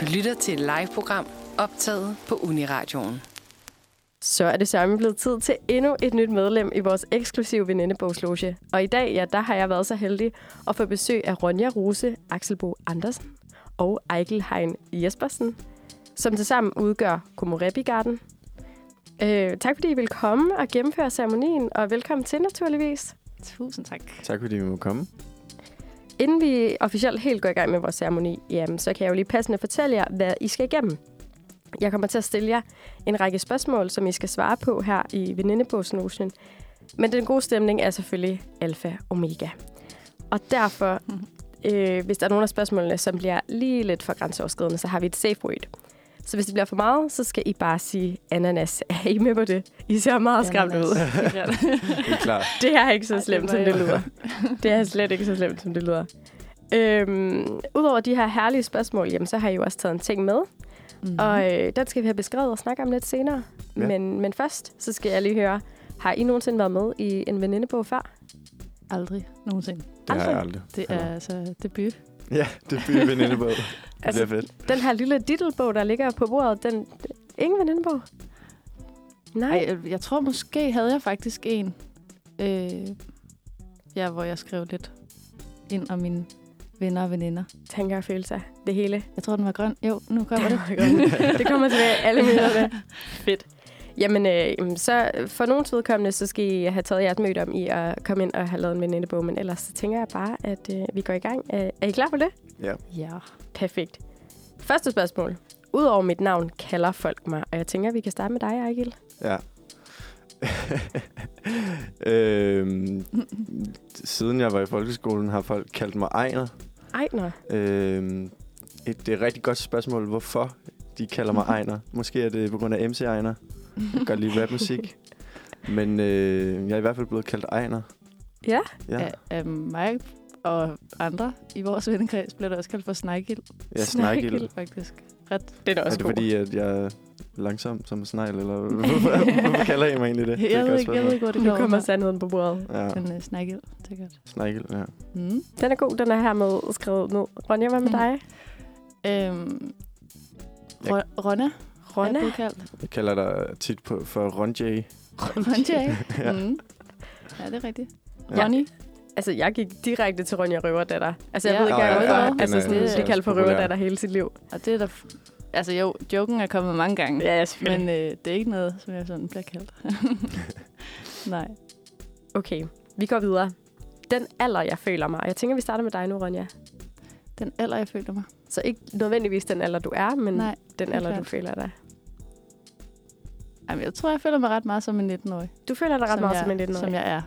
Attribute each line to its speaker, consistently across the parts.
Speaker 1: Du lytter til et live-program optaget på Uniradioen.
Speaker 2: Så er det sørme blevet tid til endnu et nyt medlem i vores eksklusive venindebogsloge. Og i dag, ja, der har jeg været så heldig at få besøg af Ronja Rose Axelbo Andersen og Eikel Hein Jespersen, som tilsammen udgør Komorebi-garden. Øh, tak fordi I vil komme og gennemføre ceremonien, og velkommen til naturligvis.
Speaker 3: Tusind tak.
Speaker 4: Tak fordi vi må komme.
Speaker 2: Inden vi officielt helt går i gang med vores ceremoni, jamen, så kan jeg jo lige passende fortælle jer, hvad I skal igennem. Jeg kommer til at stille jer en række spørgsmål, som I skal svare på her i Venindebogsnotion. Men den gode stemning er selvfølgelig alfa omega. Og derfor,
Speaker 3: Mhm.
Speaker 2: øh, hvis der er nogle af spørgsmålene, som bliver lige lidt for grænseoverskridende, så har vi et safe word. Så hvis det bliver for meget, så skal I bare sige ananas. Er I med på det? I ser meget skræmt ud.
Speaker 4: Vi er klar.
Speaker 2: Det er ikke
Speaker 3: altså, Ej,
Speaker 2: så
Speaker 3: det
Speaker 2: slemt,
Speaker 3: var
Speaker 2: som det
Speaker 3: jeg.
Speaker 2: lyder. Det er slet ikke så slemt, som det lyder. Øhm, Udover de her herlige spørgsmål, jamen, så har I jo også taget en ting med.
Speaker 3: Mm.
Speaker 2: Og øh, den skal vi have beskrevet og snakke om lidt senere. Ja.
Speaker 4: Ja.
Speaker 2: Men, men først, så skal jeg lige høre, har I nogensinde været med i en venindebog før?
Speaker 3: aldrig nogensinde.
Speaker 4: Det har jeg aldrig.
Speaker 3: Det er altså debut.
Speaker 4: Ja, det bliver venindebåd. Det
Speaker 2: Altså-
Speaker 4: bliver fedt.
Speaker 2: Den her lille dittelbog, der ligger på bordet, den... Ingen venindebog? Nej.
Speaker 3: Ej, jeg tror måske havde jeg faktisk en, øh, ja, hvor jeg skrev lidt ind om mine venner og veninder.
Speaker 2: Tanker og følelser. Det hele.
Speaker 3: Jeg tror, den var grøn. Jo, nu kommer det.
Speaker 2: det kommer tilbage alle minuterne. Fedt. Jamen, øh, jamen, så for nogens vedkommende, så skal I have taget jeres møde om i at komme ind og have lavet en venindebog. Men ellers så tænker jeg bare, at øh, vi går i gang. Øh, er I klar på det?
Speaker 3: Ja.
Speaker 2: Perfekt. Første spørgsmål. Udover mit navn kalder folk mig, og jeg tænker, vi kan starte med dig, Ejgil.
Speaker 4: Ja. øhm, siden jeg var i folkeskolen, har folk kaldt mig Ejner.
Speaker 2: Ej, nå.
Speaker 4: Øhm, et, det er et rigtig godt spørgsmål, hvorfor de kalder mig Ejner. Måske er det på grund af MC Ejner. Jeg kan godt lide rapmusik. Men øh, jeg er i hvert fald blevet kaldt Ejner.
Speaker 2: Ja.
Speaker 4: Ja,
Speaker 3: Af, af mig og andre i vores vennekreds blev der også kaldt for snegil,
Speaker 4: jeg snakker
Speaker 2: Snegl.
Speaker 3: faktisk. Ret.
Speaker 2: Den er
Speaker 4: Er
Speaker 2: også
Speaker 4: det
Speaker 2: god.
Speaker 4: fordi, at jeg er langsom som en snegl, eller hvorfor, hvorfor kalder I mig egentlig det? Det er
Speaker 3: Jeg
Speaker 4: et
Speaker 3: ved,
Speaker 4: godt
Speaker 3: ikke, jeg ved ikke, hvor det
Speaker 2: Nu
Speaker 3: kommer
Speaker 2: kommer sandheden på bordet.
Speaker 4: spørgsmål. Ja,
Speaker 3: Men uh, snegil, det er godt.
Speaker 4: snegl, ja.
Speaker 3: Mm.
Speaker 2: Den er god, den er hermed skrevet ned. Ronja, hvad med
Speaker 3: Mm.
Speaker 2: dig?
Speaker 3: Øhm,
Speaker 4: Jeg-
Speaker 3: Ro- Ronna,
Speaker 2: Ronna?
Speaker 3: er blevet kaldt.
Speaker 4: Jeg kalder dig tit på, for Ron J.
Speaker 3: Ronja, ja. Mm. ja, det er rigtigt.
Speaker 4: Ja.
Speaker 3: Ronny,
Speaker 2: Altså, jeg gik direkte til Ronja Røverdatter. Altså, jeg
Speaker 3: Ja.
Speaker 2: ved ikke
Speaker 3: Nå,
Speaker 2: engang,
Speaker 3: ja, ja.
Speaker 2: hvorfor.
Speaker 3: Den
Speaker 2: Altså,
Speaker 3: er-
Speaker 2: sådan,
Speaker 3: den er
Speaker 2: det kaldt for
Speaker 4: populær.
Speaker 2: Røverdatter hele sit liv.
Speaker 3: og det er der... F- altså jo, joken er kommet mange gange,
Speaker 2: Ja,
Speaker 3: men øh, det er ikke noget, som jeg sådan bliver kaldt. Nej.
Speaker 2: Okay, vi går videre. Den alder, jeg føler mig. og Jeg tænker, vi starter med dig nu, Ronja.
Speaker 3: Den alder, jeg føler mig.
Speaker 2: Så ikke nødvendigvis den alder, du er, men
Speaker 3: Nej.
Speaker 2: den
Speaker 3: det er
Speaker 2: alder, du
Speaker 3: klart.
Speaker 2: føler dig.
Speaker 3: Jamen, jeg tror, jeg føler mig ret meget som en 19-årig.
Speaker 2: Du føler dig ret meget
Speaker 3: jeg,
Speaker 2: som en 19
Speaker 3: Som jeg er.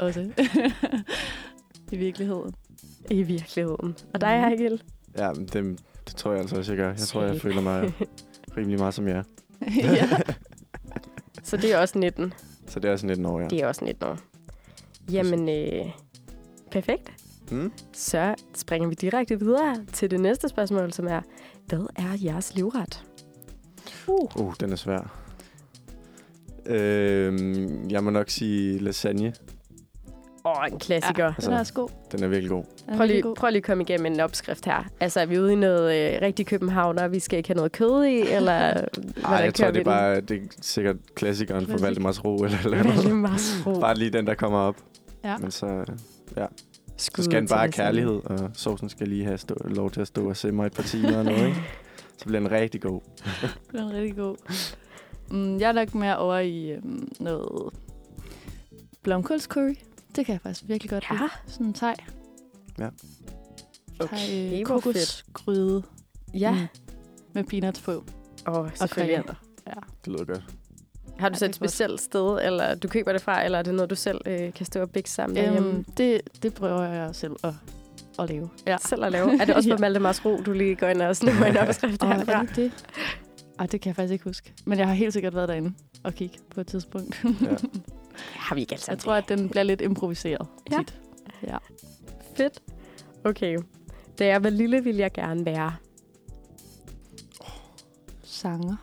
Speaker 3: Også. I virkeligheden.
Speaker 2: I virkeligheden. Og dig,
Speaker 3: Mhm.
Speaker 2: Ejgil?
Speaker 4: Ja, men det, det tror jeg altså også, jeg gør. Jeg tror, jeg
Speaker 2: Snegl.
Speaker 4: føler mig rimelig meget som jer.
Speaker 3: ja.
Speaker 2: Så det er også 19.
Speaker 4: Så det er sådan lidt en år, ja.
Speaker 2: Det er også 19 år. Jamen, øh, perfekt.
Speaker 4: Mm?
Speaker 2: Så springer vi direkte videre til det næste spørgsmål, som er, hvad er jeres livret? Uh.
Speaker 4: Uh, den er svær. Øhm, jeg må nok sige lasagne.
Speaker 2: Åh, en klassiker. Ja.
Speaker 3: Den er også god.
Speaker 4: Den er virkelig god.
Speaker 3: Den er
Speaker 2: Prøv
Speaker 3: virkelig
Speaker 2: lige,
Speaker 3: god.
Speaker 2: prøv lige at komme igennem en opskrift her. Altså, er vi ude i noget øh, rigtig københavner, vi skal ikke have noget kød i, eller
Speaker 4: Ej, jeg tror,
Speaker 2: kører vi
Speaker 4: det er
Speaker 2: den?
Speaker 4: bare det er sikkert klassikeren fra
Speaker 3: Klassik.
Speaker 4: Valdemars Ro eller eller andet.
Speaker 2: Valdemarsro.
Speaker 4: Bare lige den, der kommer op.
Speaker 3: Ja.
Speaker 4: Men så, så
Speaker 2: Skud
Speaker 4: skal den
Speaker 2: til
Speaker 4: bare have
Speaker 2: lasagne.
Speaker 4: kærlighed, og sovsen skal lige have stå, lov til at stå og simre et par timer og noget, ikke? Så bliver den rigtig god.
Speaker 3: Den er rigtig god. Mm, jeg er nok mere over i øhm, noget blomkålscurry. Det kan jeg faktisk virkelig godt
Speaker 2: Ja.
Speaker 3: lide. Sådan en thai.
Speaker 4: Ja.
Speaker 3: Thai
Speaker 2: Okay,
Speaker 3: øh,
Speaker 2: hvor
Speaker 3: kokosgryde
Speaker 2: Ja,
Speaker 3: Mm. med peanuts på
Speaker 2: og
Speaker 3: og
Speaker 2: selvfølgelig.
Speaker 3: koriander.
Speaker 4: Det lyder godt.
Speaker 2: Har du
Speaker 3: Ja,
Speaker 2: så
Speaker 3: det
Speaker 2: et
Speaker 3: er godt.
Speaker 2: specielt sted, eller du køber det fra, eller er det noget, du selv øh, kan stå og bække sammen derhjemme?
Speaker 3: Øhm, det, det prøver jeg selv at, at lave. Ja.
Speaker 2: Selv at lave. Er det også på
Speaker 3: Ja.
Speaker 2: Valdemars Ro, du lige går ind og snøver en opskrift
Speaker 3: Og er
Speaker 2: derfra?
Speaker 3: det det? Ej, det kan jeg faktisk ikke huske. Men jeg har helt sikkert været derinde og kigge på et tidspunkt.
Speaker 4: Ja.
Speaker 2: Har vi ikke altså.
Speaker 3: jeg tror, at den bliver lidt improviseret
Speaker 2: Ja.
Speaker 3: tit.
Speaker 2: Fedt. Okay. Da jeg var lille, ville jeg gerne være.
Speaker 3: Sanger.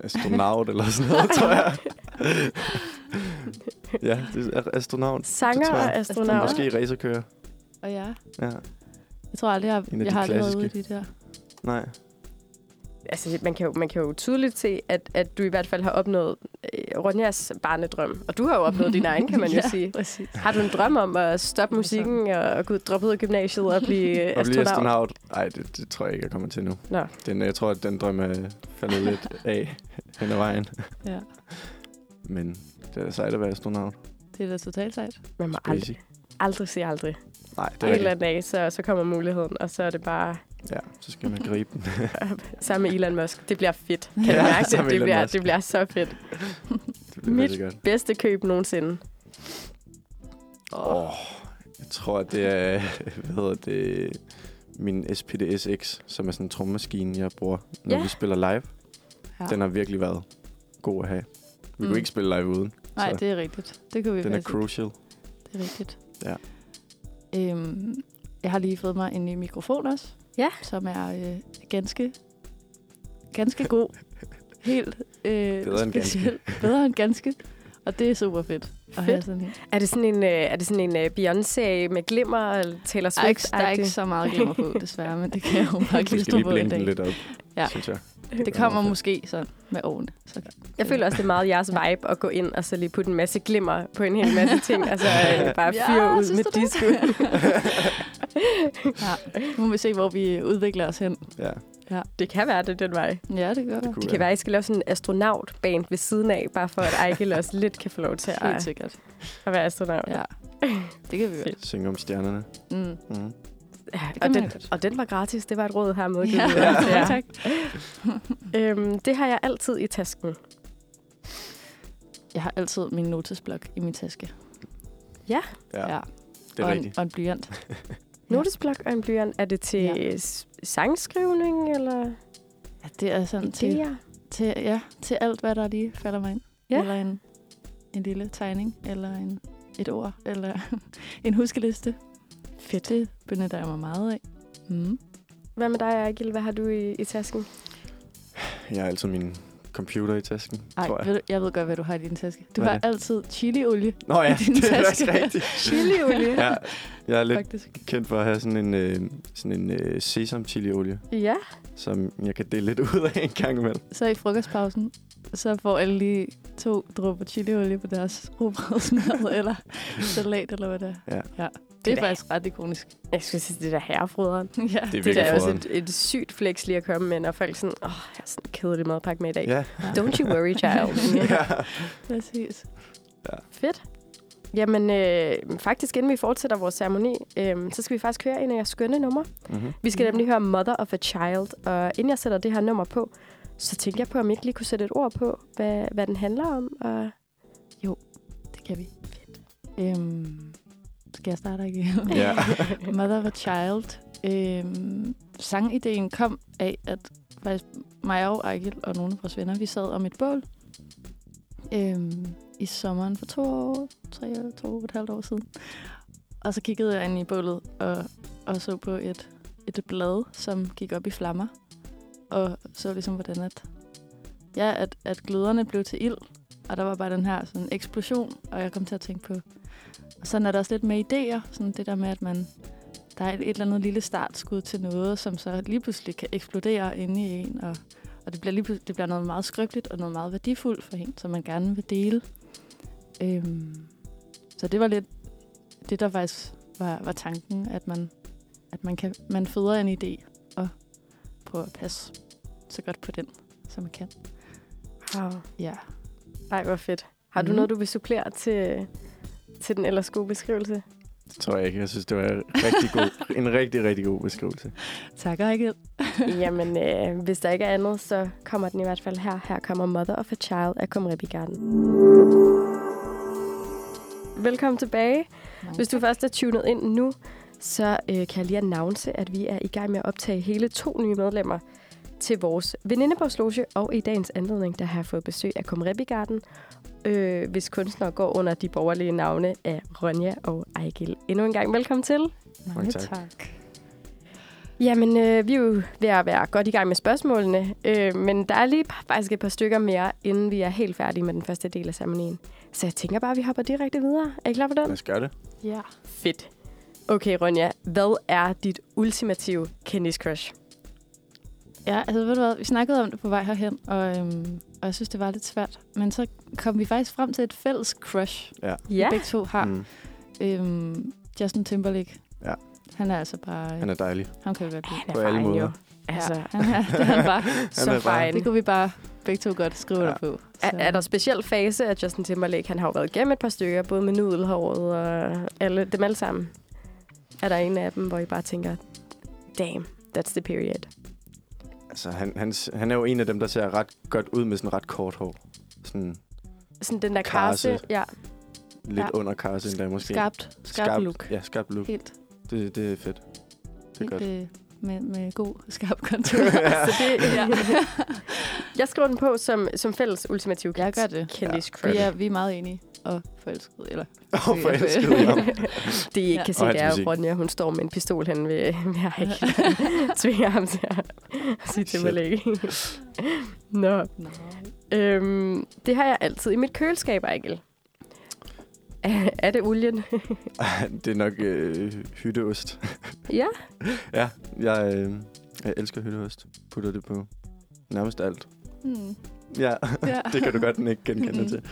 Speaker 4: Astronaut eller sådan noget, tror jeg. ja, det er astronaut.
Speaker 2: Sanger
Speaker 4: tror jeg.
Speaker 2: og astronaut.
Speaker 4: Måske racerkører.
Speaker 3: Og jeg,
Speaker 4: Ja.
Speaker 3: jeg tror aldrig, jeg,
Speaker 4: En af
Speaker 3: jeg
Speaker 4: de
Speaker 3: har aldrig været ude i
Speaker 4: klassiske.
Speaker 3: de der
Speaker 4: Nej.
Speaker 2: Altså, man kan jo, man kan jo tydeligt se, at, at du i hvert fald har opnået øh, Ronjas barnedrøm. Og du har jo opnået din egen, kan man jo
Speaker 3: ja,
Speaker 2: sige.
Speaker 3: præcis.
Speaker 2: Har du en drøm om at stoppe musikken og, og gå- droppe ud af gymnasiet og blive øh,
Speaker 4: Og blive
Speaker 2: astronaut?
Speaker 4: astronaut? Nej, det, det tror jeg ikke, jeg kommer til nu.
Speaker 2: Nå.
Speaker 4: Den, jeg tror, at den drøm er faldet lidt af hen ad vejen.
Speaker 3: Ja,
Speaker 4: Men det er da sejt at være astronaut.
Speaker 3: det er da totalt sejt.
Speaker 2: Man må aldrig,
Speaker 4: Crazy.
Speaker 2: aldrig sige aldrig.
Speaker 4: Nej, det
Speaker 2: Det
Speaker 4: er
Speaker 2: en eller
Speaker 4: rigtigt.
Speaker 2: anden dag, så, så kommer muligheden, og så er det bare
Speaker 4: Ja, så skal man gribe den.
Speaker 2: sammen med Elon Musk. Det bliver fedt. Kan
Speaker 4: Ja,
Speaker 2: ja, du mærke
Speaker 4: sammen
Speaker 2: det? Det
Speaker 4: med Elon
Speaker 2: bliver,
Speaker 4: Musk.
Speaker 2: det bliver så fedt.
Speaker 4: Det bliver
Speaker 2: Mit-
Speaker 4: rigtig godt.
Speaker 2: Bedste køb nogensinde.
Speaker 4: Åh, oh, jeg tror, det er, hvad hedder det, min SPDSX, som er sådan en trommemaskine, jeg bruger, når
Speaker 2: Ja.
Speaker 4: ja. vi spiller live.
Speaker 3: Ja.
Speaker 4: Ja. Den har virkelig været god at have. Vi mm.
Speaker 3: Mm.
Speaker 4: kunne ikke spille live uden.
Speaker 3: Nej,
Speaker 4: så
Speaker 3: det er rigtigt. Det kunne vi
Speaker 4: Den er
Speaker 3: faktisk ikke.
Speaker 4: crucial.
Speaker 3: Det er rigtigt.
Speaker 4: Ja.
Speaker 3: Øhm, jeg har lige fået mig en ny mikrofon også.
Speaker 2: Ja.
Speaker 3: Som er øh, ganske, ganske god. Helt øh,
Speaker 4: Bedre end ganske.
Speaker 3: speciel. Bedre end ganske. Og det er super fedt at have
Speaker 2: Fedt.
Speaker 3: sådan en.
Speaker 2: Er det sådan en, øh, er det sådan en øh, Beyoncé med glimmer og Taylor
Speaker 3: Der er, ikke,
Speaker 2: Swift?
Speaker 3: der er ikke så meget glimmer på, desværre, men det kan jeg jo bare
Speaker 4: Vi skal
Speaker 3: klistre
Speaker 4: lige
Speaker 3: på i
Speaker 4: blænde den
Speaker 3: dag.
Speaker 4: lidt op,
Speaker 3: Ja.
Speaker 4: ja. synes jeg.
Speaker 3: Det kommer måske sådan med årene. Så
Speaker 2: Jeg føler også, det er meget jeres vibe at gå ind og så lige putte en masse glimmer på en hel masse ting, og så øh, bare
Speaker 3: Ja,
Speaker 2: fyre ud
Speaker 3: synes
Speaker 2: med
Speaker 3: du det?
Speaker 2: disco.
Speaker 3: nu må vi se, hvor vi udvikler os hen.
Speaker 4: Ja,
Speaker 2: Det kan være, det er den vej.
Speaker 3: Ja, det gør det.
Speaker 4: kunne
Speaker 2: Det kan være, I skal lave sådan en astronautband ved siden af, bare for at Ejkel også lidt kan få lov til
Speaker 3: Helt
Speaker 2: at,
Speaker 3: sikkert.
Speaker 2: at være astronaut.
Speaker 3: Ja. Det kan vi godt.
Speaker 4: Synge om stjernerne.
Speaker 3: Mm.
Speaker 4: Mm.
Speaker 2: Ja,
Speaker 3: Det kan
Speaker 2: og,
Speaker 3: man
Speaker 2: den,
Speaker 3: godt.
Speaker 2: og den var gratis, det var et råd her med.
Speaker 3: Ja, ja. tak.
Speaker 2: Øhm, det har jeg altid i tasken.
Speaker 3: Jeg har altid min notesblok i min taske.
Speaker 4: Ja, ja, det er
Speaker 3: og, en,
Speaker 4: rigtigt.
Speaker 3: og en blyant.
Speaker 2: Notesblok og en blyant, er det til
Speaker 3: Ja.
Speaker 2: ja. sangskrivning, eller
Speaker 3: Ja, det er sådan til,
Speaker 2: idéer?
Speaker 3: til, ja, til alt, hvad der lige falder mig ind.
Speaker 2: Ja.
Speaker 3: Eller en, en lille tegning, eller en, et ord, eller en huskeliste. Fedt. Det benytter jeg mig meget af. Mm.
Speaker 2: Hvad med dig, Ejkel? Hvad har du i, i tasken?
Speaker 4: Jeg har altid min computer i tasken,
Speaker 3: Ej,
Speaker 4: tror jeg.
Speaker 3: ved du, jeg ved godt, hvad du har i din taske. Du
Speaker 4: Hvad er
Speaker 3: har
Speaker 4: det?
Speaker 3: altid chiliolie,
Speaker 4: Nå ja,
Speaker 3: i din
Speaker 4: det er også
Speaker 3: taske.
Speaker 4: rigtigt.
Speaker 2: Chiliolie.
Speaker 4: Ja, jeg er lidt
Speaker 3: faktisk.
Speaker 4: kendt for at have sådan en, øh, sådan en øh, sesam chiliolie,
Speaker 2: Ja.
Speaker 4: som jeg kan dele lidt ud af en gang imellem.
Speaker 3: Så i frokostpausen, så får alle lige to dråber chiliolie på deres rugbrødsmad, eller salat, eller hvad det er.
Speaker 4: Ja.
Speaker 3: ja. Det er
Speaker 2: da-
Speaker 3: faktisk ret ikonisk.
Speaker 2: Jeg skulle sige, det der herrefrøderen.
Speaker 3: ja.
Speaker 4: Det er
Speaker 2: Det der
Speaker 4: virkelig
Speaker 2: er også
Speaker 4: froderen.
Speaker 2: et, et sygt flex lige at komme med, når folk sådan, åh, oh, jeg har sådan en kedelig madpakke med i dag.
Speaker 4: Ja.
Speaker 2: Don't you worry, child.
Speaker 4: ja.
Speaker 3: Præcis.
Speaker 2: Fedt. Jamen, øh, faktisk inden vi fortsætter vores ceremoni, øh, så skal vi faktisk høre en af jeres skønne numre.
Speaker 4: Mm-hmm.
Speaker 2: Vi skal
Speaker 3: Mhm.
Speaker 2: nemlig høre Mother of a Child, og inden jeg sætter det her nummer på, så tænker jeg på, om I ikke lige kunne sætte et ord på, hvad, hvad den handler om. Og...
Speaker 3: Det kan vi. Øhm, skal jeg starte igen?
Speaker 4: Ja.
Speaker 3: Mother of a Child. Øhm, sangideen kom af, at faktisk mig og Ejkel og nogle af vores venner, vi sad om et bål øhm, i sommeren for to år, tre år, to og et halvt år siden. Og så kiggede jeg ind i bålet og, og så på et, et blad, som gik op i flammer. Og så ligesom, hvordan at, ja, at, at gløderne blev til ild. Og der var bare den her sådan eksplosion, og jeg kom til at tænke på... Og sådan er der også lidt med idéer, sådan det der med, at man der er et, et eller andet lille startskud til noget, som så lige pludselig kan eksplodere inde i en, og, og det, bliver lige plut- det bliver noget meget skrøbeligt og noget meget værdifuldt for en, som man gerne vil dele. Øhm, så det var lidt det, der faktisk var, var tanken, at man, at man, kan, man føder en idé og prøver at passe så godt på den, som man kan.
Speaker 2: Wow.
Speaker 3: Ja.
Speaker 2: Ej, hvor fedt. Har du
Speaker 3: Mhm.
Speaker 2: mm. noget, du vil supplere til, til den ellers gode beskrivelse?
Speaker 4: Det tror jeg ikke. Jeg synes, det var en rigtig god, en rigtig, rigtig god beskrivelse.
Speaker 3: Tak, Ejkel.
Speaker 2: Jamen, øh, hvis der ikke er andet, så kommer den i hvert fald her. Her kommer Mother of a Child af Kumrebi Garden. Velkommen tilbage. Hvis du først er tunet ind nu, så øh, kan jeg lige annonce, at vi er i gang med at optage hele to nye medlemmer til vores venindebogsloge, og i dagens anledning, der har jeg fået besøg af Kumrebi Garden, øh, hvis kunstnere går under de borgerlige navne af Ronja og Ejgil. Endnu en gang velkommen til.
Speaker 3: Mange
Speaker 4: tak.
Speaker 3: tak.
Speaker 2: Jamen, øh, vi er jo ved at være godt i gang med spørgsmålene, øh, men der er lige pa- faktisk et par stykker mere, inden vi er helt færdige med den første del af ceremonien. Så jeg tænker bare, at vi hopper direkte videre. Er I klar på
Speaker 4: Lad
Speaker 2: den?
Speaker 4: os gøre det.
Speaker 3: Ja.
Speaker 2: Fedt. Okay, Ronja, hvad er dit ultimative Candy's Crush?
Speaker 3: Ja, altså ved du hvad, vi snakkede om det på vej herhen, og, øhm, og jeg synes, det var lidt svært. Men så kom vi faktisk frem til et fælles crush,
Speaker 2: Ja,
Speaker 3: ja. begge to har. Mm.
Speaker 4: Mm.
Speaker 3: Øhm, Justin Timberlake.
Speaker 4: Ja.
Speaker 3: han er altså bare...
Speaker 4: Han er dejlig.
Speaker 3: ham kan vi godt lide.
Speaker 2: han er
Speaker 4: På alle
Speaker 2: fejl,
Speaker 4: måder.
Speaker 2: jo. Altså,
Speaker 3: ja, han er, det er han bare.
Speaker 2: så
Speaker 4: er bare-
Speaker 2: fejl.
Speaker 3: Det kunne vi bare begge to godt skrive
Speaker 4: Ja.
Speaker 3: ja. på.
Speaker 2: Er, er der speciel fase af Justin Timberlake? Han har jo været igennem et par stykker, både med nudelhåret og alle, dem alle sammen. Er der en af dem, hvor I bare tænker, damn, that's the period.
Speaker 4: Altså, han, han, han er jo en af dem, der ser ret godt ud med sådan ret kort hår. Sådan
Speaker 2: Sådan den der
Speaker 4: Karse.
Speaker 2: karse. Ja,
Speaker 4: lidt
Speaker 3: Ja.
Speaker 4: ja. under karse endda måske.
Speaker 3: Skarpt, skarpt, skarpt look.
Speaker 4: Ja, skarpt look.
Speaker 3: Helt,
Speaker 4: Det, det er fedt. Det er
Speaker 3: helt
Speaker 4: godt.
Speaker 3: øh, med, med god skarp kontur.
Speaker 2: så det, ja. Jeg skriver den på som, som fælles ultimativ
Speaker 3: Jeg gør det.
Speaker 2: Kendis ja.
Speaker 3: Vi er, vi er meget enige og forelskede. Eller,
Speaker 4: Åh, oh, forelsket i ham.
Speaker 2: Det, I ikke
Speaker 3: Ja.
Speaker 2: kan se,
Speaker 4: Og
Speaker 2: det
Speaker 4: hans
Speaker 2: er jo
Speaker 4: musik.
Speaker 2: Ronja, hun står med en pistol hen ved, ved Eik. Tvinger ham til at at sige til
Speaker 4: Shit.
Speaker 2: mig lægge. Nå,
Speaker 3: no.
Speaker 2: øhm, det har jeg altid i mit køleskab, Ejkel. Er- Er det olien?
Speaker 4: Ah, det er nok øh, hytteost.
Speaker 2: ja,
Speaker 4: ja, jeg, øh, jeg elsker hytteost. Putter det på nærmest alt.
Speaker 3: mm.
Speaker 4: Ja,
Speaker 3: ja. Mhm.
Speaker 4: det kan du godt ikke genkende det til.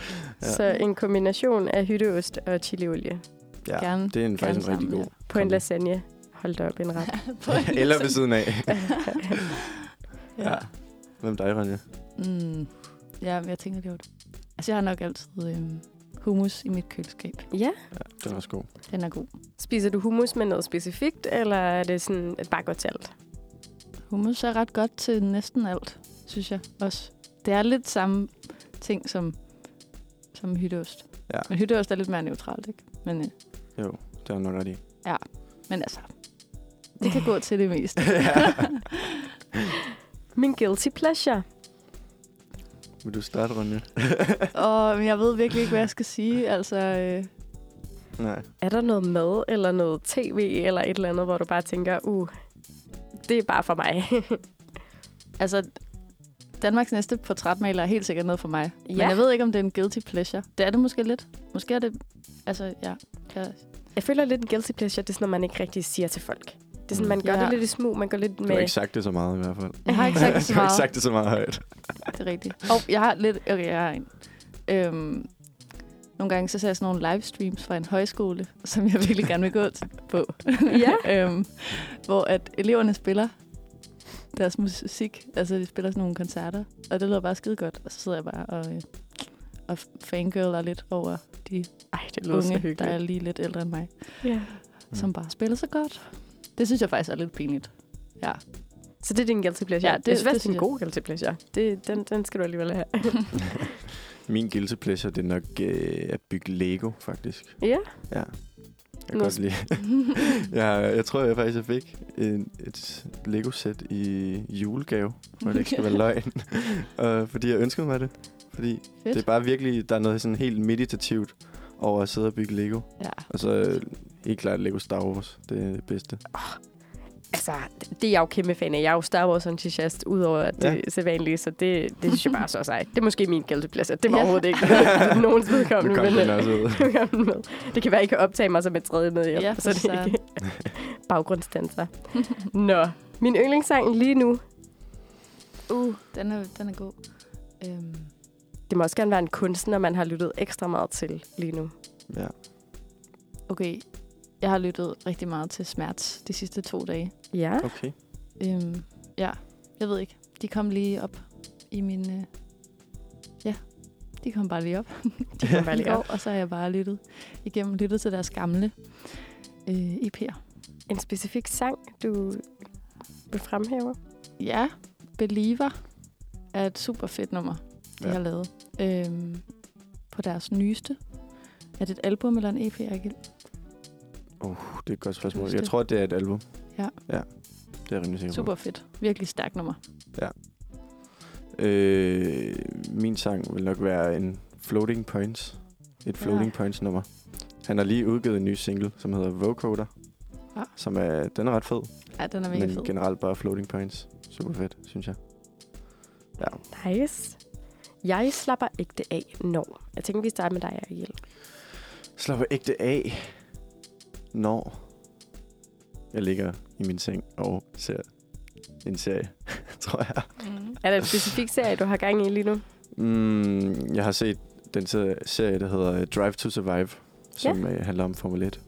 Speaker 2: ja, så en kombination af hytteost og chiliolie
Speaker 4: Ja,
Speaker 3: Gerne.
Speaker 4: det er
Speaker 3: gerne
Speaker 4: en, faktisk en rigtig
Speaker 3: sammen,
Speaker 4: god.
Speaker 2: på en
Speaker 4: Kom.
Speaker 2: lasagne. Hold da op, en ret.
Speaker 3: På en
Speaker 4: Eller ved
Speaker 3: lasagne.
Speaker 4: siden af.
Speaker 3: Ja.
Speaker 4: Ja. Hvem er dig, Ronja?
Speaker 3: Mm. ja, men jeg tænker, det var det. Altså, jeg har nok altid øhm, hummus i mit køleskab.
Speaker 2: Ja.
Speaker 4: Den er også god.
Speaker 3: Den er god.
Speaker 2: Spiser du hummus med noget specifikt, eller er det sådan et bare godt til alt?
Speaker 3: Hummus er ret godt til næsten alt, synes jeg også. Det er lidt samme ting som, som hytteost.
Speaker 4: Ja.
Speaker 3: Men hytteost er lidt mere neutralt, ikke? Men, øh,
Speaker 4: Jo, det er nok ret i.
Speaker 3: men altså, det kan gå til det meste.
Speaker 2: Min guilty pleasure.
Speaker 4: Vil du starte, Ronja?
Speaker 3: Og men jeg ved virkelig ikke, hvad jeg skal sige. Altså, øh,
Speaker 4: Nej.
Speaker 2: Er der noget mad eller noget tv eller et eller andet, hvor du bare tænker, uh, det er bare for mig?
Speaker 3: altså, Danmarks næste portrætmaler er helt sikkert noget for mig. Ja. Men
Speaker 2: Ja.
Speaker 3: jeg ved ikke, om det er en guilty pleasure. Det er det måske lidt. Måske er det... Altså, ja. Jeg,
Speaker 2: Jeg føler lidt en guilty pleasure, det er sådan noget, man ikke rigtig siger til folk. Det er sådan, man gør
Speaker 3: Ja.
Speaker 2: Mm. det lidt i smug, man går lidt
Speaker 4: Du har
Speaker 2: med...
Speaker 4: ikke sagt det så meget i hvert fald.
Speaker 3: jeg har ikke sagt så
Speaker 4: Du har ikke
Speaker 3: meget.
Speaker 4: sagt det så meget højt.
Speaker 3: Det er rigtigt. Og jeg har lidt... Okay, jeg har en. Øhm, nogle gange så ser jeg sådan nogle livestreams fra en højskole, som jeg virkelig gerne vil gå til, på.
Speaker 2: Ja.
Speaker 3: øhm, hvor at eleverne spiller deres musik. Altså, de spiller sådan nogle koncerter. Og det lyder bare skide godt. Og så sidder jeg bare og, øh, og fangirler lidt over de
Speaker 2: Ej, det lyder så
Speaker 3: unge, der er
Speaker 2: hyggeligt.
Speaker 3: lige lidt ældre end mig,
Speaker 2: Ja.
Speaker 4: Mm.
Speaker 3: som bare spiller så godt. Det synes jeg faktisk er lidt pinligt.
Speaker 2: Så det er din guilty pleasure?
Speaker 3: Ja,
Speaker 2: Ja,
Speaker 3: det-
Speaker 2: det, jeg synes, faktisk, det
Speaker 3: det
Speaker 2: er en
Speaker 3: synes jeg.
Speaker 2: god guilty pleasure. Det, den, den skal du alligevel have.
Speaker 4: Min guilty pleasure, det er nok øh, at bygge Lego, faktisk.
Speaker 2: ja,
Speaker 4: Ja. Jeg kan
Speaker 2: Nå.
Speaker 4: godt lide. jeg, jeg tror jeg faktisk, jeg fik en, et Lego-sæt i julegave, hvor det ikke skal være løgn. Og fordi jeg ønskede mig det. Fordi Fedt. det er bare virkelig, der er noget sådan helt meditativt over at sidde og bygge Lego.
Speaker 3: Ja.
Speaker 4: Og så øh, helt klart Lego Star Wars, det er det bedste.
Speaker 2: altså, det er jeg jo kæmpe fan af. Jeg er jo Star Wars entusiast, udover det
Speaker 4: Ja.
Speaker 2: ja. sædvanlige, så det, det synes jeg bare er så sejt. Det er måske min guilty pleasure. Det var
Speaker 3: Ja.
Speaker 2: ja. overhovedet ikke nogens
Speaker 4: Nu
Speaker 2: vedkommende.
Speaker 4: kom
Speaker 2: men,
Speaker 4: den
Speaker 2: øh,
Speaker 4: også ud.
Speaker 2: Nu kom den med. Det kan være, I kan optage mig som et tredje med
Speaker 3: Ja,
Speaker 2: ja,
Speaker 3: for
Speaker 2: så det er
Speaker 3: søren.
Speaker 2: ikke baggrundsdanser. Nå, min yndlingssang lige nu,
Speaker 3: Uh, den er, den er god. Øhm,
Speaker 2: det må også gerne være en kunstner, man har lyttet ekstra meget til lige nu.
Speaker 4: Ja.
Speaker 3: okay, jeg har lyttet rigtig meget til smerts de sidste to dage.
Speaker 2: Ja,
Speaker 4: Okay.
Speaker 3: Øhm, ja, jeg ved ikke. De kom lige op i min... Øh, ja, de kom bare lige op.
Speaker 2: de kan bare
Speaker 3: i
Speaker 2: lige op.
Speaker 3: går, og så har jeg bare lyttet igennem, lyttet til deres gamle øh, EP'er.
Speaker 2: En specifik sang, du vil fremhæve?
Speaker 3: Ja, Believer er et super fedt nummer, de ja.
Speaker 4: Ja.
Speaker 3: har lavet. Øhm, på deres nyeste. Er det et album eller en E EP, Agil?
Speaker 4: Uh, det er et godt spørgsmål.
Speaker 3: huske
Speaker 4: Jeg
Speaker 3: det?
Speaker 4: tror, det er et album.
Speaker 3: Ja.
Speaker 4: Ja, det er jeg rimelig sikker på.
Speaker 3: Super fedt. Virkelig stærkt nummer.
Speaker 4: Øh, min sang vil nok være en Floating Points. Et Floating
Speaker 3: Ja.
Speaker 4: ja. Points nummer. Han har lige udgivet en ny single, som hedder Vocoder.
Speaker 3: Ja.
Speaker 4: Ja. Som er, den er ret fed,
Speaker 3: Ja, Ah. den er mega
Speaker 4: men
Speaker 3: fed.
Speaker 4: generelt bare Floating Points. Super fedt, synes jeg. Ja.
Speaker 2: Nice. Jeg slapper ikke det af, når. Jeg tænker, vi starter med dig, Ariel.
Speaker 4: Slapper ægte af, når jeg ligger i min seng og ser en serie, tror jeg.
Speaker 3: Mm.
Speaker 2: Er der en specifik serie, du har gang i lige nu?
Speaker 4: Mm, jeg har set den se- serie, der hedder øh, Drive to Survive, som ja. handler om Formel 1.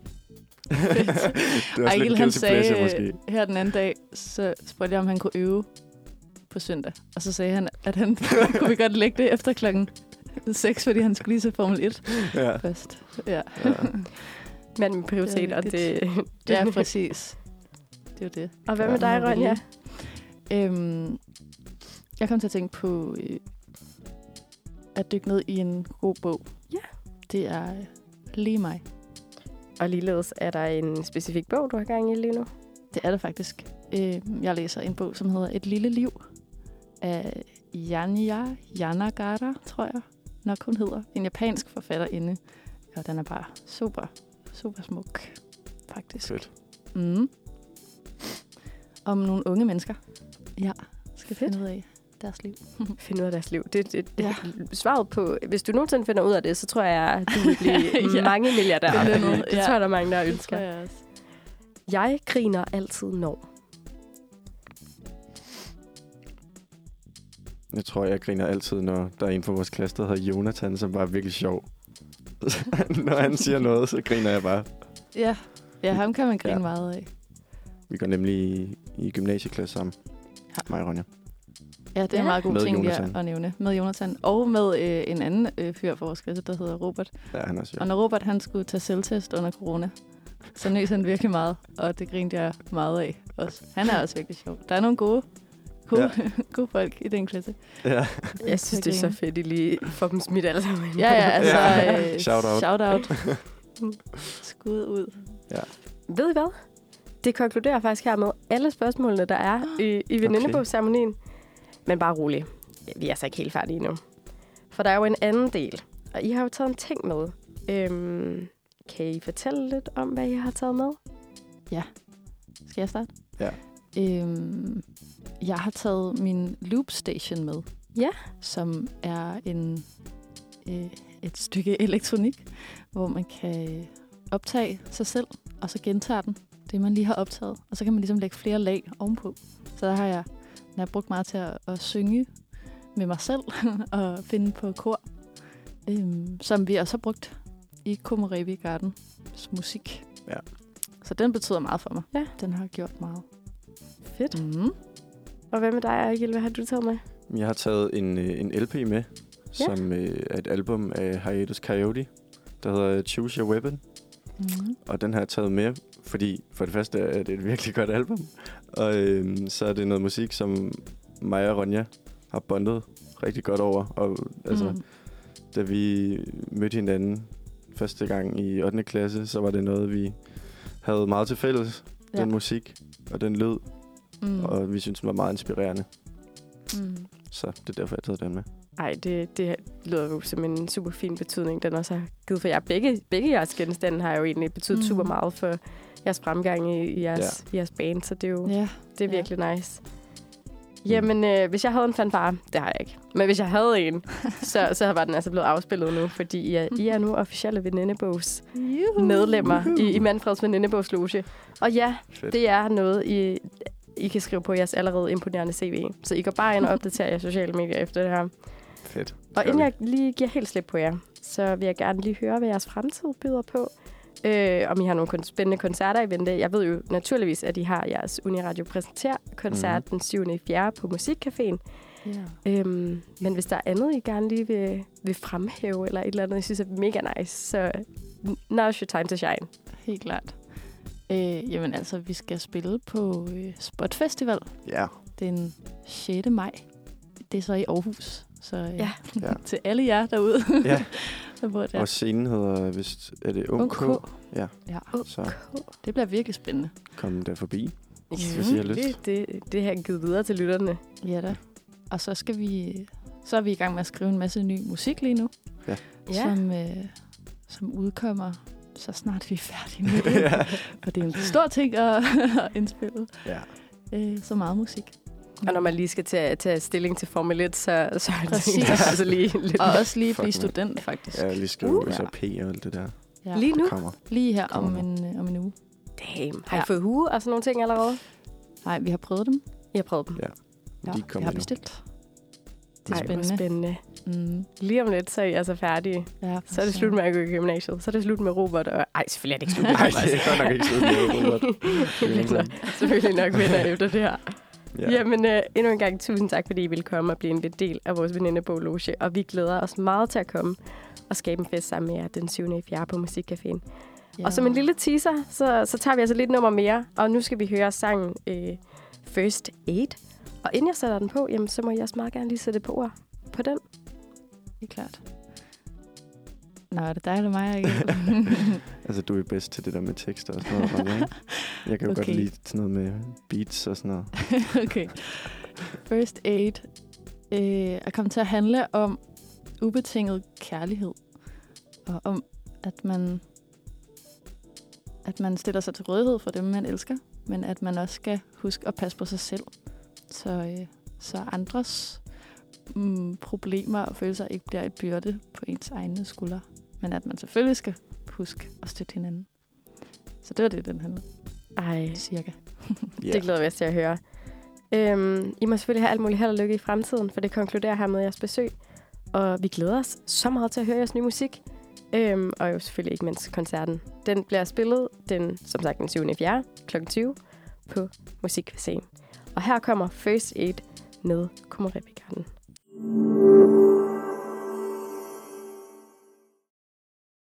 Speaker 4: det er også lidt
Speaker 3: Ejgil,
Speaker 4: en
Speaker 3: han
Speaker 4: guilty pleasure,
Speaker 3: sagde
Speaker 4: måske.
Speaker 3: måske. her den anden dag, så spurgte jeg, om han kunne øve på søndag. Og så sagde han, at han kunne vi godt lægge det efter klokken 6, fordi han skulle lige se Formel 1
Speaker 4: Ja,
Speaker 3: først. Ja,
Speaker 4: ja.
Speaker 2: Mand med prioriteter,
Speaker 3: Det er
Speaker 2: det, det,
Speaker 3: det er præcis. Det er jo det.
Speaker 2: Og hvad med dig,
Speaker 3: Må vi
Speaker 2: Ronja?
Speaker 3: lige- Øhm, jeg kom til at tænke på øh, at dykke ned i en god bog.
Speaker 2: Ja.
Speaker 3: Det er øh, lige mig.
Speaker 2: Og ligeledes, er der en specifik bog, du har gang i lige nu?
Speaker 3: Det er det faktisk. Øh, jeg læser en bog, som hedder Et lille liv af Janja Yanagara, tror jeg nok hun hedder. En japansk forfatterinde. Og den er bare super, super smuk, faktisk.
Speaker 4: Fedt.
Speaker 3: Mm. Om nogle unge mennesker. Ja, skal
Speaker 2: Fedt.
Speaker 3: finde ud af deres liv.
Speaker 2: Finde ud af deres liv. Det, det, det
Speaker 3: Ja.
Speaker 2: ja. svaret på, hvis du nogensinde finder ud af det, så tror jeg, at du vil blive
Speaker 3: Ja.
Speaker 2: ja. mange milliardærer.
Speaker 3: Belønnet,
Speaker 2: Det
Speaker 3: ja.
Speaker 2: tror jeg, der er mange, der ønsker.
Speaker 3: jeg også.
Speaker 2: Jeg griner altid når.
Speaker 4: Jeg tror, jeg griner altid, når der er en fra vores klasse, der hedder Jonathan, som bare er virkelig sjov. når han siger noget, så griner jeg bare.
Speaker 3: Ja. ja, ham kan man grine ja.
Speaker 4: Ja.
Speaker 3: meget af.
Speaker 4: Vi går nemlig i, i gymnasieklasse sammen.
Speaker 3: Ja.
Speaker 4: Mig og Ronja.
Speaker 3: Ja, det er en
Speaker 2: Ja.
Speaker 3: meget god
Speaker 4: Med
Speaker 3: ting lige
Speaker 4: Jonathan.
Speaker 3: at nævne. Med Jonathan. Og med øh, en anden øh, fyr fra vores klasse, der hedder Robert.
Speaker 4: Ja, han er også sjov.
Speaker 3: Og når Robert han skulle tage selvtest under corona, så nøs han virkelig meget, og det grinte jeg meget af også. Han er også virkelig sjov. Der er nogle gode, gode, ja. gode folk i den klasse.
Speaker 4: Ja.
Speaker 2: Jeg synes, det er så fedt, at I lige får dem smidt alle sammen.
Speaker 3: Ja, ja, altså
Speaker 4: Ja.
Speaker 3: øh,
Speaker 4: Shout out.
Speaker 3: shout out. Skud ud.
Speaker 2: Ved I hvad? Det konkluderer faktisk her med alle spørgsmålene, der er i, i venindebogsceremonien. Men bare rolig. Vi er altså ikke helt færdige endnu. For der er jo en anden del. Og I har jo taget en ting med. Øhm, kan I fortælle lidt om, hvad I har taget med?
Speaker 3: Skal jeg starte?
Speaker 4: Ja.
Speaker 3: Øhm, jeg har taget min Loop Station med.
Speaker 2: Ja.
Speaker 3: Som er en, øh, et stykke elektronik, hvor man kan øh, optage sig selv, og så gentage den, det man lige har optaget. Og så kan man ligesom lægge flere lag ovenpå. Så der har jeg, den har jeg brugt meget til at, at synge med mig selv, og finde på kor, øhm, som vi også har brugt i Komorebi Gardens musik.
Speaker 4: Ja.
Speaker 3: Så den betyder meget for mig.
Speaker 2: Ja.
Speaker 3: Den har gjort meget.
Speaker 2: Fedt.
Speaker 3: Mm.
Speaker 2: Og hvad med dig, Ejgil? Hvad har du taget med?
Speaker 4: Jeg har taget en, øh, en LP med,
Speaker 2: Ja.
Speaker 4: som øh, er et album af Hiatus Coyote, der hedder øh, Choose Your Weapon.
Speaker 3: Mm.
Speaker 4: Og den har jeg taget med, fordi for det første er det et virkelig godt album. Og øhm, så er det noget musik, som mig og Ronja har bondet rigtig godt over. Og altså, mm. da vi mødte hinanden første gang i 8. klasse, så var det noget, vi havde meget til fælles.
Speaker 3: Ja.
Speaker 4: Ja. Den musik og den lyd, mm.
Speaker 3: Mm.
Speaker 4: og vi synes den var meget inspirerende.
Speaker 3: Mm.
Speaker 4: Så det er derfor, jeg har taget den med.
Speaker 2: Ej, det, det lyder jo som en super fin betydning, den også har givet for jer. Begge, begge jeres genstande har jo egentlig betydet
Speaker 3: Mhm.
Speaker 2: mm. super meget for jeres fremgang i, i, jeres, ja. i jeres band, så det er jo
Speaker 3: Ja.
Speaker 2: det er virkelig nice. Jamen, øh, hvis jeg havde en fanfare, det har jeg ikke, men hvis jeg havde en, så, så var den altså blevet afspillet nu, fordi I er, I er nu officielle venindebogs
Speaker 3: Juhu.
Speaker 2: medlemmer i, i Manfreds venindebogsloge. Og ja,
Speaker 4: Fedt.
Speaker 2: det er noget, I, I kan skrive på jeres allerede imponerende CV. Så I går bare ind og opdaterer jeres sociale medier efter det her.
Speaker 4: Fedt.
Speaker 2: Og
Speaker 4: Gør
Speaker 2: inden
Speaker 4: vi.
Speaker 2: jeg lige giver helt slip på jer, så vil jeg gerne lige høre, hvad jeres fremtid byder på. Øh, om I har nogle kon- spændende koncerter i vente. Jeg ved jo naturligvis, at I har jeres Uniradio Præsentér-koncert mm. den 7. i 4. på Musikcaféen.
Speaker 3: Ja.
Speaker 2: Øhm, men hvis der er andet, I gerne lige vil, vil fremhæve, eller et eller andet, I synes er mega nice, så now's your time to shine.
Speaker 3: Helt klart. Øh, jamen altså, vi skal spille på øh, Spot Festival
Speaker 4: Ja,
Speaker 3: den 6. maj. Det er så i Aarhus. Så øh,
Speaker 2: Ja.
Speaker 4: Ja.
Speaker 3: til alle jer derude,
Speaker 4: Ja.
Speaker 3: der bor der.
Speaker 4: og scenen hedder, vist, er det OK?
Speaker 3: OK.
Speaker 4: Ja.
Speaker 3: ja.
Speaker 4: Så
Speaker 3: Det bliver virkelig spændende.
Speaker 4: kom der forbi.
Speaker 3: Ja.
Speaker 4: Hvis I har lyst.
Speaker 2: Mm. Det, det, det her er givet videre til lytterne.
Speaker 3: Ja da. Og så skal vi... Så er vi i gang med at skrive en masse ny musik lige nu, som, øh, som udkommer så snart vi er færdige med det.
Speaker 4: ja.
Speaker 3: Og det er en stor ting at, at indspille
Speaker 4: ja.
Speaker 3: øh, så meget musik.
Speaker 2: Og når man lige skal tage, tage stilling til Formel 1, så, så er det
Speaker 3: Præcis.
Speaker 2: ting, der er altså lige lidt
Speaker 3: Og også lige
Speaker 4: Fuck,
Speaker 3: blive
Speaker 4: mand.
Speaker 3: student, faktisk.
Speaker 4: Jeg lige skrive
Speaker 3: Uh.
Speaker 4: uh. SAP og alt det der.
Speaker 3: Ja.
Speaker 2: Lige nu?
Speaker 4: Det kommer.
Speaker 3: Lige her om
Speaker 4: Kommer
Speaker 3: en, øh, om en uge.
Speaker 2: Damn. Har I
Speaker 3: Ja.
Speaker 2: fået hue og sådan nogle ting allerede?
Speaker 3: Nej, vi har prøvet dem.
Speaker 2: Jeg har prøvet dem.
Speaker 4: Ja. Ja, de er ikke
Speaker 3: jeg
Speaker 4: kommet
Speaker 3: har
Speaker 4: endnu.
Speaker 3: bestilt. Det er
Speaker 2: Ej, hvor
Speaker 3: spændende.
Speaker 2: spændende.
Speaker 3: Mm.
Speaker 2: Lige om lidt, så er I altså færdige.
Speaker 3: Ja, for
Speaker 2: Så er det slut
Speaker 3: søren.
Speaker 2: med at gå i gymnasiet. Så er det slut med Robert. Og... Ej, selvfølgelig er det ikke slut med
Speaker 4: Nej,
Speaker 2: Robert.
Speaker 4: det er godt nok ikke slut med Robert.
Speaker 2: Vildt nok. selvfølgelig nok vinder efter det her. Ja. Jamen, øh, endnu en gang tusind tak, fordi I ville komme og blive en del af vores venindebogloge. Og vi glæder os meget til at komme og skabe en fest sammen med jer den 7. i 4. på Musikcaféen. Ja. Og som en lille teaser, så, så tager vi altså lidt nummer mere. Og nu skal vi høre sangen øh, First Aid. Og inden jeg sætter den på, jamen, så må jeg også meget gerne lige sætte på ord på den.
Speaker 3: Helt klart. Nå, er det dig eller mig igen?
Speaker 4: Altså, du er bedst til det der med tekster og sådan noget. Ronja, ikke? Jeg kan jo okay. godt
Speaker 3: Okay.
Speaker 4: lide sådan noget med beats og sådan noget.
Speaker 3: okay. First aid øh, er kommet til at handle om ubetinget kærlighed. Og om, at man, at man stiller sig til rådighed for dem, man elsker. Men at man også skal huske at passe på sig selv. Så, øh, så andres mm, problemer og følelser ikke bliver et byrde på ens egne skuldre. Men at man selvfølgelig skal huske at støtte hinanden. Så det var det, den handlede
Speaker 2: Ej,
Speaker 3: cirka.
Speaker 4: Ja.
Speaker 2: Det glæder vi os til at høre. Øhm, I må selvfølgelig have alt muligt held og lykke i fremtiden, for det konkluderer her med jeres besøg. Og vi glæder os så meget til at høre jeres nye musik. Øhm, og jo selvfølgelig ikke mindst koncerten. Den bliver spillet den, som sagt, den 7. 4. kl. 20 på Musikvacen. Og her kommer First Aid med Kummerepikarten.